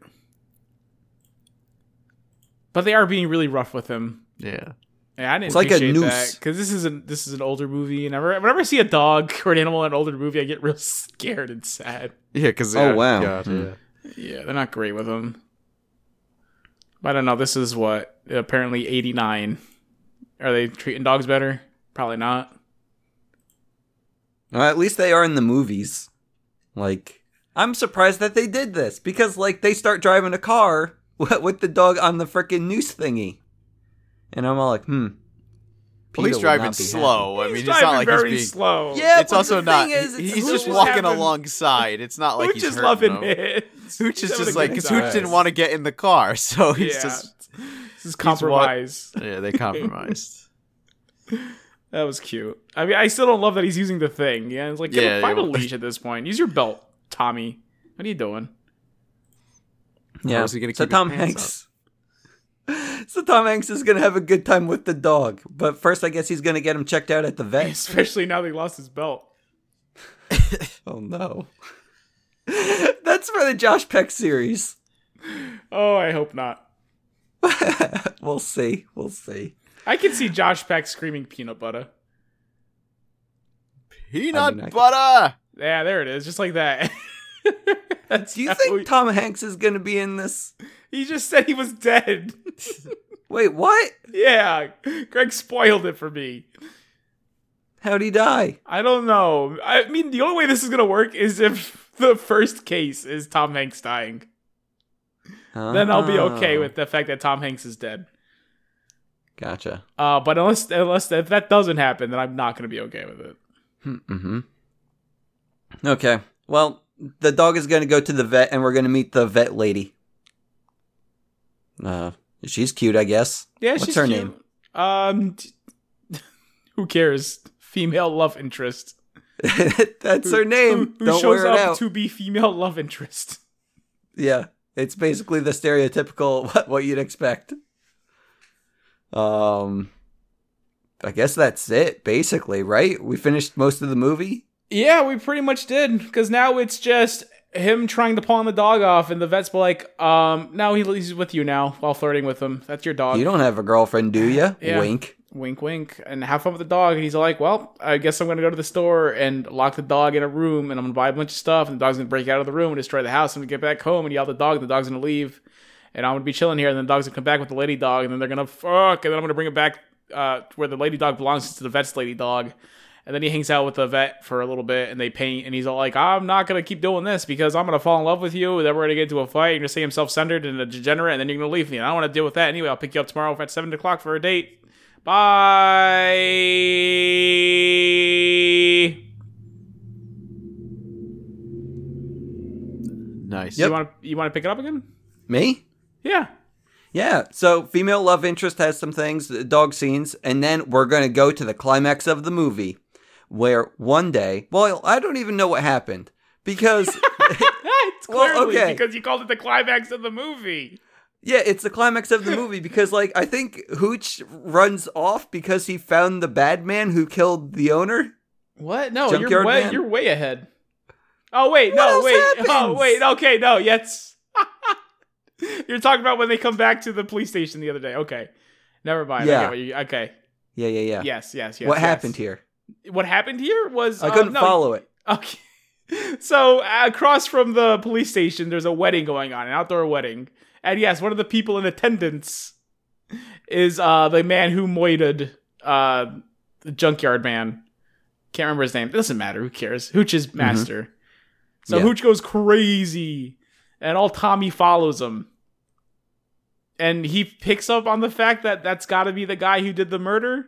But they are being really rough with him. Yeah. Yeah, I didn't It's like a appreciate noose. because this is an this is an older movie, and whenever, whenever I see a dog or an animal in an older movie, I get real scared and sad. Yeah, because Oh, wow. yeah. Yeah, they're not great with them. But I don't know. This is what apparently eighty nine. Are they treating dogs better? Probably not. Well, at least they are in the movies. Like I'm surprised that they did this because like they start driving a car wi- with the dog on the freaking noose thingy, and I'm all like, hmm. Well, he's Peter would driving not be slow. I he's mean, it's driving not like very he's being. slow. Yeah, it's but also the not. thing is, he- it's he's Hooch just is walking having- alongside. It's not like Hooch he's is hurting loving him. it. Hooch is He's having just a like good because time. Hooch didn't want to get in the car, so he's Yeah. just This is compromise. yeah. They compromised. That was cute. I mean, I still don't love that he's using the thing. Yeah, it's like, Yeah, yeah, find yeah. a leash at this point. Use your belt, Tommy. What are you doing? Yeah. How's he gonna so keep his Tom pants Hanks. So Tom Hanks is gonna have a good time with the dog, but first I guess he's gonna get him checked out at the vet. Especially now that he lost his belt. Oh no. That's for the Josh Peck series. Oh, I hope not. we'll see. We'll see. I can see Josh Peck screaming peanut butter. Peanut mean, I- butter. Yeah, there it is, just like that. That's Do you how think he- Tom Hanks is going to be in this? he just said he was dead? Wait, what? yeah, Greg spoiled it for me. How'd he die? I don't know. I mean, the only way this is gonna work is if the first case is Tom Hanks dying. Then I'll be okay Oh, with the fact that Tom Hanks is dead. Gotcha. Uh, but unless unless if that doesn't happen, then I'm not gonna be okay with it. Mm-hmm. Okay. Well, the dog is going to go to the vet, and we're going to meet the vet lady. Uh, she's cute, I guess. Yeah, What's she's her cute. name? Um, t- who cares? Female love interest. That's her name. Who, who Don't shows wear it up out. to be female love interest? Yeah, it's basically the stereotypical what, what you'd expect. Um, I guess that's it, basically, right? We finished most of the movie. Yeah, we pretty much did because now it's just him trying to pawn the dog off, and the vet's like, "Um, now he- he's with you now while flirting with him. That's your dog." You don't have a girlfriend, do you? Yeah. Wink. wink, wink, and have fun with the dog. And he's like, "Well, I guess I'm gonna go to the store and lock the dog in a room, and I'm gonna buy a bunch of stuff, and the dog's gonna break out of the room and destroy the house, and we get back home and yell at the dog, and the dog's gonna leave, and I'm gonna be chilling here, and then the dog's gonna come back with the lady dog, and then they're gonna fuck, and then I'm gonna bring it back uh, to where the lady dog belongs to the vet's lady dog." And then he hangs out with the vet for a little bit, and they paint, and he's all like, "I'm not gonna keep doing this because I'm gonna fall in love with you, and then we're gonna get into a fight. You're gonna see him self-centered and a degenerate, and then you're gonna leave me. And I don't want to deal with that anyway. I'll pick you up tomorrow at seven o'clock for a date. Bye. Nice. You want to you want to pick it up again? Me? Yeah. Yeah. So female love interest has some things, uh, dog scenes, and then we're gonna go to the climax of the movie, where one day, well, I don't even know what happened because it's Well, clearly okay. because you called it the climax of the movie. Yeah, it's the climax of the movie because, like, I think Hooch runs off because he found the bad man who killed the owner. What? No, you're Junkyard way Man. you're way ahead. Oh wait, What no, else wait. Oh happens? wait, okay, no, yes. you're talking about when they come back to the police station the other day. Okay. Never mind. I Yeah. get what you, okay. Yeah, yeah, yeah. Yes, yes, yes. what yes. happened here? What happened here was I um, couldn't no, follow it. Okay. So uh, across from the police station, there's a wedding going on, an outdoor wedding, and yes, one of the people in attendance is uh, the man who moited uh, the junkyard man. Can't remember his name. It doesn't matter. Who cares? Hooch is master. So Yeah. Hooch goes crazy, and all Tommy follows him. And he picks up on the fact that that's got to be the guy who did the murder.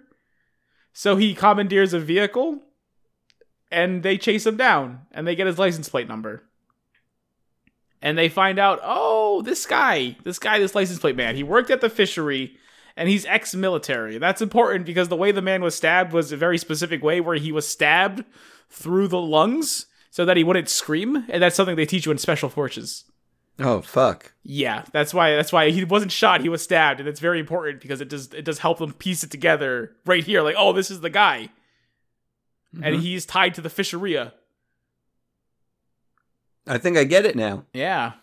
So he commandeers a vehicle and they chase him down and they get his license plate number. And they find out, oh, this guy, this guy, this license plate man, he worked at the fishery and he's ex military. That's important because the way the man was stabbed was a very specific way where he was stabbed through the lungs so that he wouldn't scream. And that's something they teach you in special forces. Oh fuck! Yeah, that's why that's why he wasn't shot, he was stabbed, and it's very important because it does it does help them piece it together right here, like, oh, this is the guy. And he's tied to the fisheria. I think I get it now. Yeah.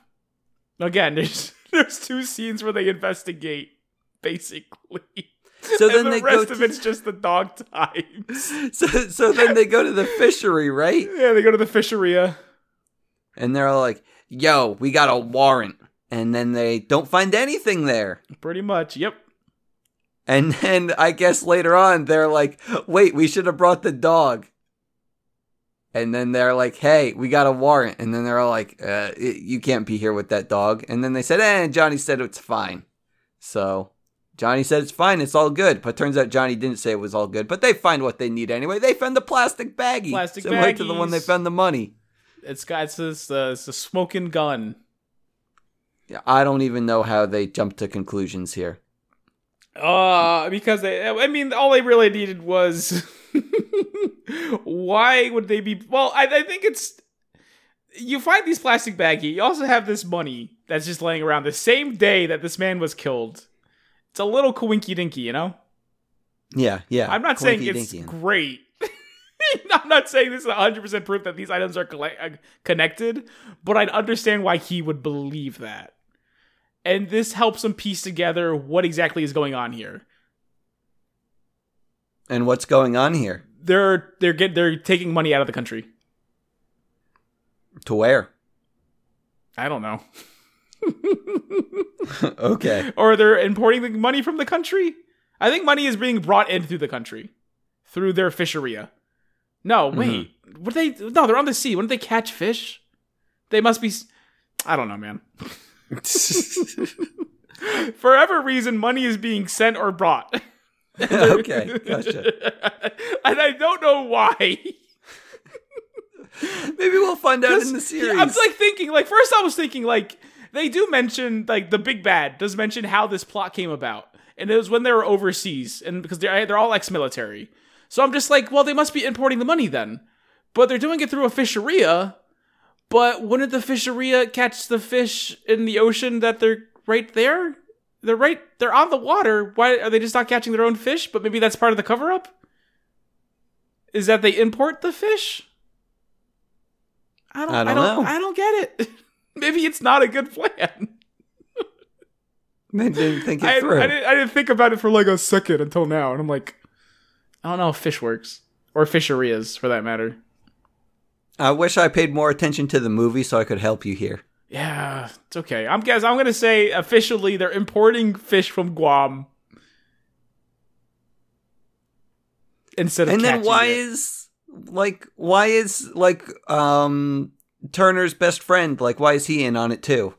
Again, there's there's two scenes where they investigate, basically. So and then the they go. rest of To, it's just the dog times. so so then they go to the fishery, right? yeah, they go to the fisheria. And they're all like, "Yo, we got a warrant," and then they don't find anything there. Pretty much. Yep. And then I guess later on they're like, wait, we should have brought the dog. And then they're like, hey, we got a warrant. And then they're all like, uh, i- you can't be here with that dog. And then they said, eh, Johnny said it's fine. So Johnny said it's fine, it's all good. But turns out Johnny didn't say it was all good. But they find what they need anyway. They found the plastic baggie. Plastic similar to the one they baggies. found the money. It's got it's this uh, it's a smoking gun. Yeah, I don't even know how they jumped to conclusions here. Uh, because they, I mean, all they really needed was why would they be? Well, I, I think it's you find these plastic baggie. You also have this money that's just laying around the same day that this man was killed. It's a little coinky dinky, you know. Yeah, yeah. I'm not saying it's Coinky-dinky. great. I'm not saying this is 100% proof that these items are colle- uh, connected, but I'd understand why he would believe that. And this helps him piece together what exactly is going on here. And what's going on here? They're they're get they're taking money out of the country. To where? I don't know. okay. Or they're importing the money from the country? I think money is being brought in through the country through their fisheria. No, wait. What they No, they're on the sea. Wouldn't they catch fish? They must be s- I don't know, man. For every reason, money is being sent or brought. okay, gotcha. and I don't know why. Maybe we'll find out in the 'Cause series. I was like thinking, like first I was thinking, like they do mention, like the big bad does mention how this plot came about, and it was when they were overseas, and because they're they're all ex-military. So I'm just like, well, they must be importing the money then, but they're doing it through a fisheria. But wouldn't the fisheria catch the fish in the ocean that they're right there? They're right. They're on the water. Why are they just not catching their own fish? But maybe that's part of the cover up. Is that they import the fish? I don't. I I don't don't. know. I don't get it. maybe it's not a good plan. They didn't think it I, I through. didn't, I didn't think about it for like a second until now, and I'm like, I don't know how fish works or fisherias for that matter. I wish I paid more attention to the movie so I could help you here. Yeah, it's okay. I'm guess I'm gonna say officially they're importing fish from Guam instead of and then catching why it. is like why is like um Turner's best friend like why is he in on it too?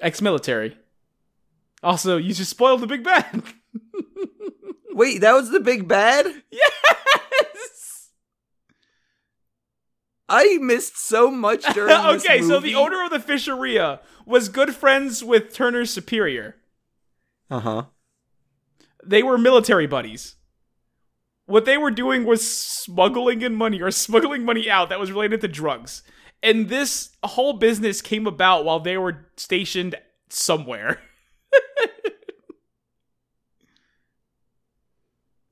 ex-military? Also, you just spoiled the big bad. Wait, that was the big bad? yes. I missed so much during this okay, so the movie. owner of the fisheria was good friends with Turner's superior. Uh-huh. They were military buddies. What they were doing was smuggling in money or smuggling money out that was related to drugs. And this whole business came about while they were stationed somewhere.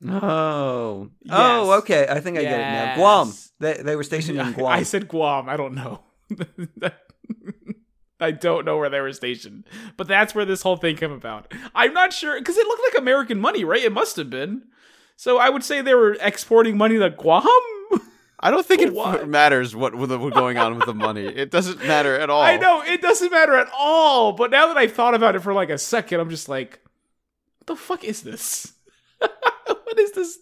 Oh. Yes. Oh, okay. I think I get it now. Guam. Yes. They they were stationed in Guam. I said Guam. I don't know. I don't know where they were stationed, but that's where this whole thing came about. I'm not sure because it looked like American money, right? It must have been. So I would say they were exporting money to Guam. I don't think it Why? matters what what was going on with the money. It doesn't matter at all. I know it doesn't matter at all, but now that I've thought about it for like a second, I'm just like, what the fuck is this? what is this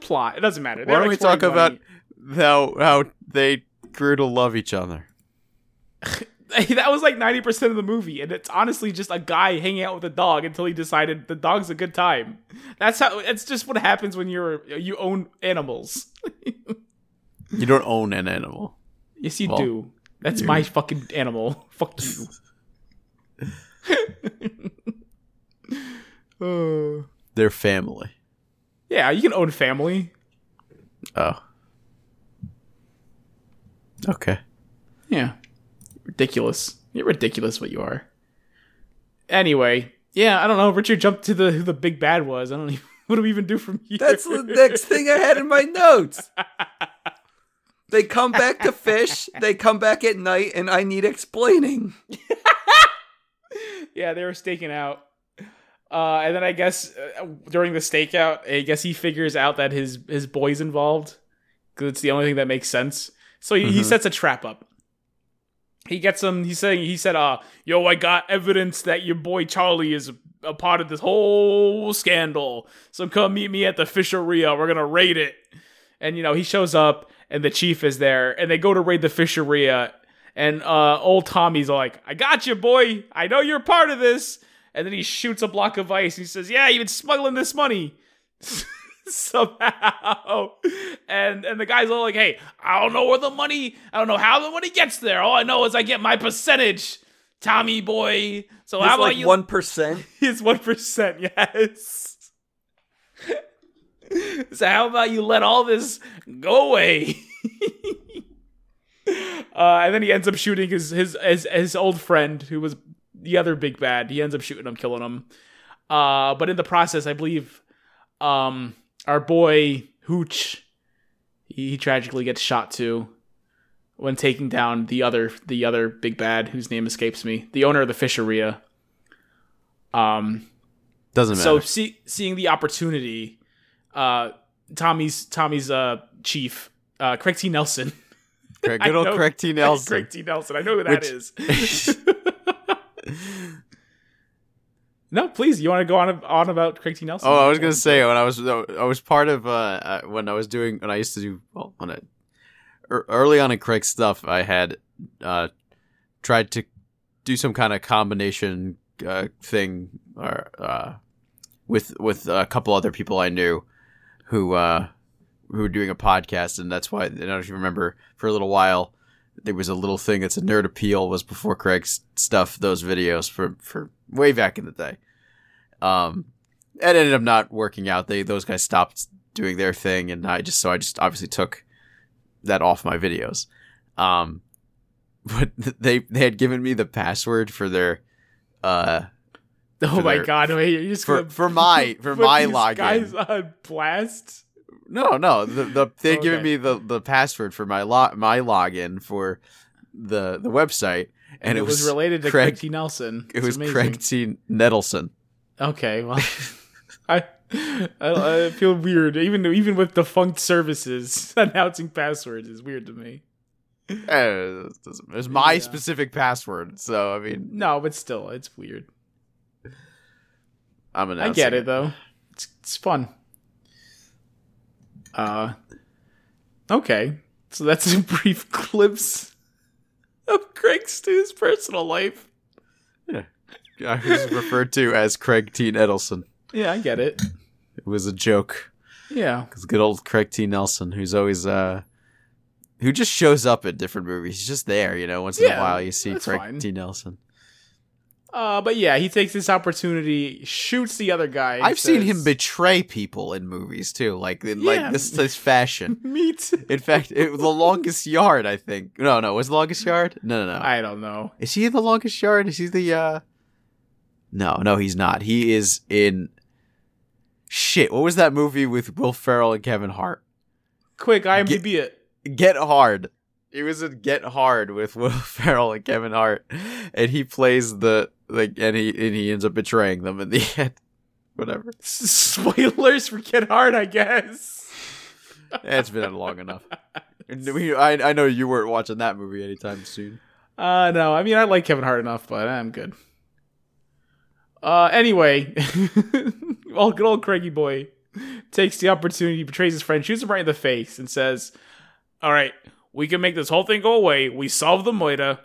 plot? It doesn't matter. They Why were don't we talk about exporting money. how how they grew to love each other? that was like 90% of the movie and it's honestly just a guy hanging out with a dog until he decided the dog's a good time that's how it's just what happens when you're you own animals You don't own an animal. yes you Well, do that's you- my fucking animal fuck you Uh, They're family. yeah you can own family Oh. Okay. Yeah. Ridiculous. You're ridiculous what you are. Anyway, yeah, I don't know. Richard jumped to the who the big bad was. I don't even what do we even do from here? That's the next thing I had in my notes. They come back to fish, they come back at night and I need explaining. Yeah, they were staking out. Uh, and then I guess uh, during the stakeout, I guess he figures out that his his boy's involved because it's the only thing that makes sense. So he, he Mhm. sets a trap up. He gets him. He's saying he said, "Uh, yo, I got evidence that your boy Charlie is a, a part of this whole scandal. So come meet me at the fisheria. We're gonna raid it." And you know he shows up, and the chief is there, and they go to raid the fisheria, and uh, old Tommy's like, I got you, boy. I know you're part of this. And then he shoots a block of ice. He says, Yeah, you've been smuggling this money. Somehow. And and the guy's all like, Hey, I don't know where the money, I don't know how the money gets there. All I know is I get my percentage, Tommy boy. So how It's about like you? 1%. It's one percent, yes. so how about you let all this go away? uh, and then he ends up shooting his, his his his old friend who was the other big bad. He ends up shooting him, killing him. Uh, but in the process, I believe um, our boy Hooch he, he tragically gets shot too when taking down the other the other big bad whose name escapes me, the owner of the fisheria. Um, Doesn't matter. so see, seeing the opportunity, uh, Tommy's Tommy's uh, chief, uh, Craig T. Nelson, Craig, I good old know- Craig T. Nelson. Craig T. Nelson, I know who that Which- is. no, please, you want to go on on about Craig T. Nelson? Oh, I was gonna say when I was I was part of uh, uh when I was doing when I used to do well on a ear- early on in Craig's stuff I had uh tried to do some kind of combination uh, thing or uh with with a couple other people I knew who uh who were doing a podcast and that's why I don't know if you remember for a little while there was a little thing that's a nerd appeal was before Craig's stuff those videos for for way back in the day. Um, it ended up not working out. They those guys stopped doing their thing, and I just so I just obviously took that off my videos. Um, but they they had given me the password for their uh Oh for my their- god! Wait, you're just for gonna for my for put my these login. guys on blast. No, no. The, the they're giving Okay. me the, the password for my log my login for the the website, and, And it was, related to Craig- Craig, T. Nelson. It It's was amazing. Craig T. Nettleson. Okay, well, I, I I feel weird even even with defunct services announcing passwords is weird to me. Eh, It doesn't- it was my Yeah. specific password, so I mean, No, but still, it's weird. I'm an. I get it though. It's, it's fun. Uh, okay. So that's a brief glimpse of Craig Stu's personal life. I was referred to as Craig T. Nettleson. Yeah, I get it. It was a joke. Yeah. Because good old Craig T. Nelson, who's always uh, who just shows up at different movies. He's just there, you know. Once in a Yeah, while, you see that's Craig fine. T. Nelson. Uh, but yeah, he takes this opportunity, shoots the other guy. and I've seen says, him betray people in movies too, like in, Yeah. like this this fashion. Me too. In fact, it was the longest yard, I think. No, no, was the longest yard? No, no, no. I don't know. Is he in the longest yard? Is he the uh No, no, he's not. He is in Shit, what was that movie with Will Ferrell and Kevin Hart? Quick, IMDb it. Get Hard. It was in Get Hard with Will Ferrell and Kevin Hart, and he plays the like, and he and he ends up betraying them in the end. Whatever. S- Spoilers for Get Hard, I guess. Eh, It's been out long enough. And we, I, I know you weren't watching that movie anytime soon. Uh, no, I mean I like Kevin Hart enough, but I'm good. Uh, anyway, well, good old Craigie boy takes the opportunity, betrays his friend, shoots him right in the face, and says, "All right, we can make this whole thing go away. We solved the moita.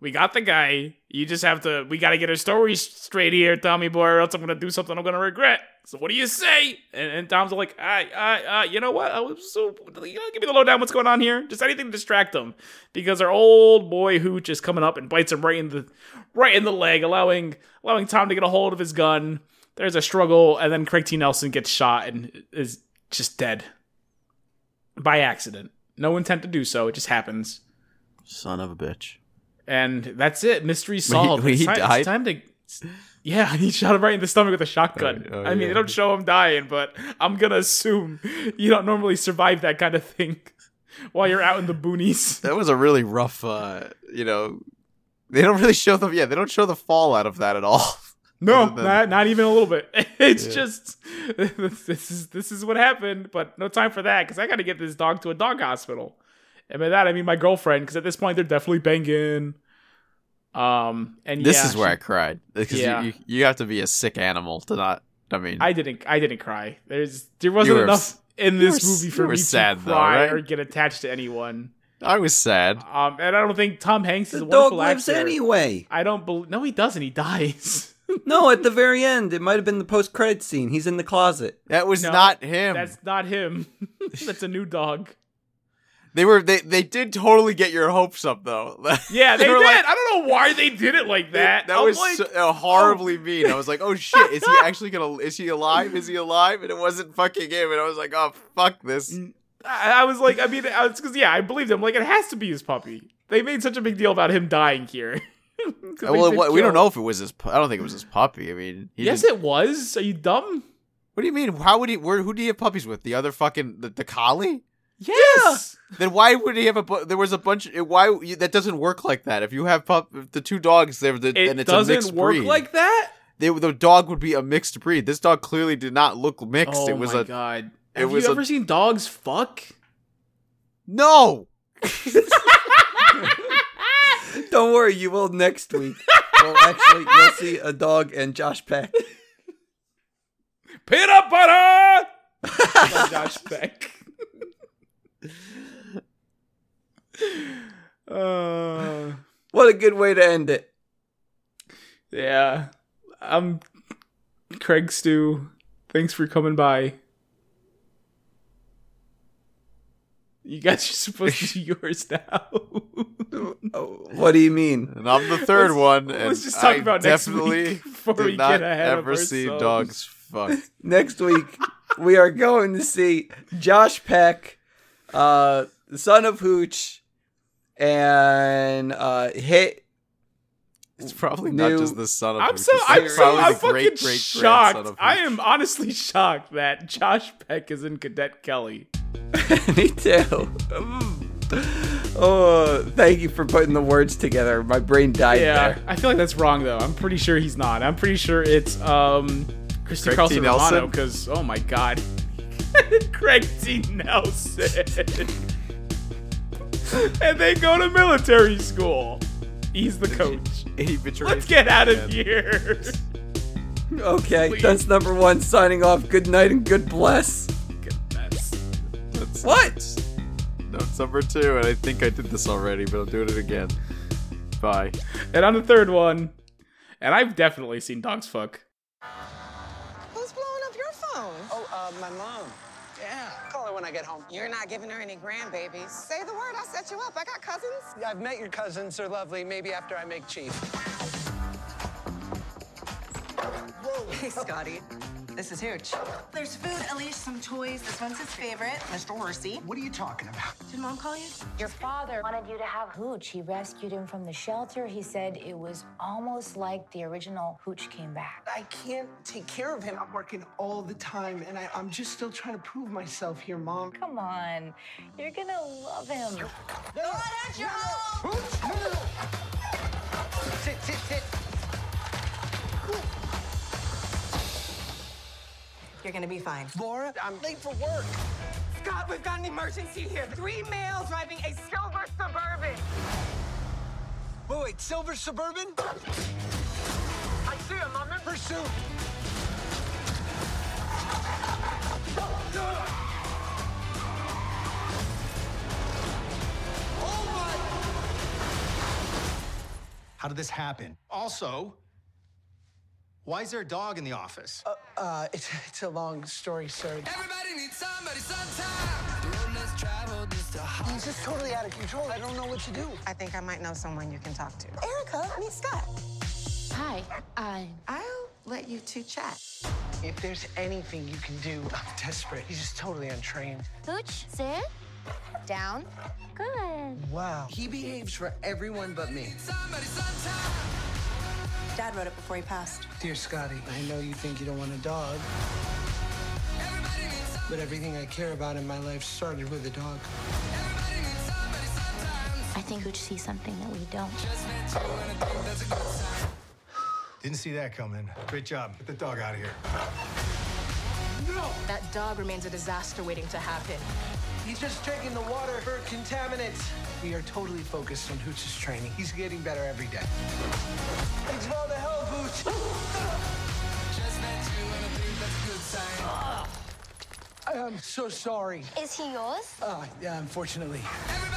We got the guy. You just have to. We got to get our story straight here, Tommy boy, or else I'm gonna do something I'm gonna regret. So what do you say?" And, and Tom's like, "I, I, uh, you know what? I was so you know, give me the lowdown. What's going on here? Just anything to distract them." because our old boy Hooch is coming up and bites him right in the right in the leg, allowing allowing Tom to get a hold of his gun. There's a struggle, and then Craig T. Nelson gets shot and is just dead by accident. No intent to do so; it just happens, Son of a bitch. and that's it. Mystery solved. wait, it's, he time, died? it's time to. Yeah, he shot him right in the stomach with a shotgun. Oh, oh, I mean, yeah. they don't show him dying, but I'm gonna assume you don't normally survive that kind of thing while you're out in the boonies. That was a really rough, uh, you know. They don't really show the yeah. They don't show the fallout of that at all. No, Other than- not, not even a little bit. It's just this is this is what happened, but no time for that because I got to get this dog to a dog hospital. And by that I mean my girlfriend, because at this point they're definitely banging. Um, and This yeah, is where she- I cried because Yeah. you, you you have to be a sick animal to not. I mean, I didn't I didn't cry. There's there wasn't were enough s- in you this were s- movie you for were me sad, to though, cry right? or get attached to anyone. I was sad. Um, and I don't think Tom Hanks is The dog a wonderful lives actor. anyway. I don't believe. No, he doesn't. He dies. No, at the very end, it might have been the post credit scene. He's in the closet. That was No, not him. That's not him. That's a new dog. They were they they did totally get your hopes up though. Yeah, they, were did. like, I don't know why they did it like that. That I'm was like, so, uh, horribly mean. I was like, "Oh shit, is he actually gonna? Is he alive? Is he alive?" And it wasn't fucking him. And I was like, "Oh fuck this." I, I was like, I mean, I was because yeah, I believed him. Like, it has to be his puppy. They made such a big deal about him dying here. 'Cause they Uh, well, did it, wa- we kill- don't know if it was his. pu- I don't think it was his puppy. I mean, he Yes, didn't- it was. Are you dumb? What do you mean? How would he? Where? Who do you have puppies with? The other fucking the, the collie? Yes. Then why would he have a? bu- There was a bunch. Why you, that doesn't work like that? If you have pup, if the two dogs, they're the, It and it's a doesn't mixed work breed. like that. they, the dog would be a mixed breed. This dog clearly did not look mixed. Oh it was my a god. it Have was you a- ever seen dogs fuck? no. Don't worry, you will next week. well, actually, you'll see a dog and Josh Peck. Peanut butter. Oh By Josh Peck. uh. What a good way to end it. Yeah. I'm Craig Stew. Thanks for coming by. You guys are supposed to do yours now. Oh, what do you mean? And I'm the 3rd Let's- one. and Let's just I talk about next definitely week before did we not get ahead ever of see ourselves. dogs fuck. Next week, we are going to see Josh Peck, uh, the son of Hooch, and uh, hit It's probably New- not just the son of. I'm Hooch, so it's I'm so probably I'm the fucking great-great-grandson shocked. of I Hooch. am honestly shocked that Josh Peck is in Cadet Kelly. Me too. oh, thank you for putting the words together. My brain died Yeah, there. I feel like that's wrong though. I'm pretty sure he's not. I'm pretty sure it's um Christy Craig Carlson T. Romano Nelson? because oh my god, Craig T. Nelson, and they go to military school. He's the coach. He betrays Let's get out him. of here. Okay, that's number one. Signing off. Good night and good bless. That's- That's- What? No, it's number two, and I think I did this already, but I'm doing it again. Bye. and on the third one, and I've definitely seen dogs fuck. Who's blowing up your phone? Oh, uh, my mom. Yeah. Call her when I get home. You're not giving her any grandbabies. Say the word, I'll set you up. I got cousins. Yeah, I've met your cousins. They're lovely. Maybe after I make cheese. Hey, Scotty. This is huge. There's food, Elise, some toys. This one's his favorite, Mr. Horsey. What are you talking about? Did mom call you? Your father wanted you to have hooch. He rescued him from the shelter. He said it was almost like the original hooch came back. I can't take care of him. I'm working all the time, and I, I'm just still trying to prove myself here, Mom. Come on, you're gonna love him. No, that's your no, no, no, no. Sit, sit, sit. You're gonna be fine. Laura, I'm late for work. Scott, we've got an emergency here. Three males driving a silver suburban. Wait, wait, silver suburban? I see him. I'm in Pursuit. How did this happen? Also, why is there a dog in the office? Uh, it's, it's a long story, sir. Everybody needs somebody sometime. Road less traveled just a hop. He's just totally out of control. I don't know what to do. I think I might know someone you can talk to. Erica, meet Scott. Hi, Uh, i I'll let you two chat. If there's anything you can do, I'm desperate. He's just totally untrained. hooch. Sit down. Good. Wow. He behaves for everyone but me. Somebody sometime. Dad wrote it before he passed. Dear Scotty, I know you think you don't want a dog, Everybody needs some- but everything I care about in my life started with a dog. everybody needs somebody sometime. I think hooch sees something that we don't. Just met you and I think that's a good sign. Didn't see that coming. Great job. Get the dog out of here. That dog remains a disaster waiting to happen. He's just drinking the water for contaminants. We are totally focused on Hooch's training. He's getting better every day. It's all the hell, Hooch. Just met you and I think that's a good sign. I'm so sorry. Is he yours? Uh, yeah, unfortunately. Everybody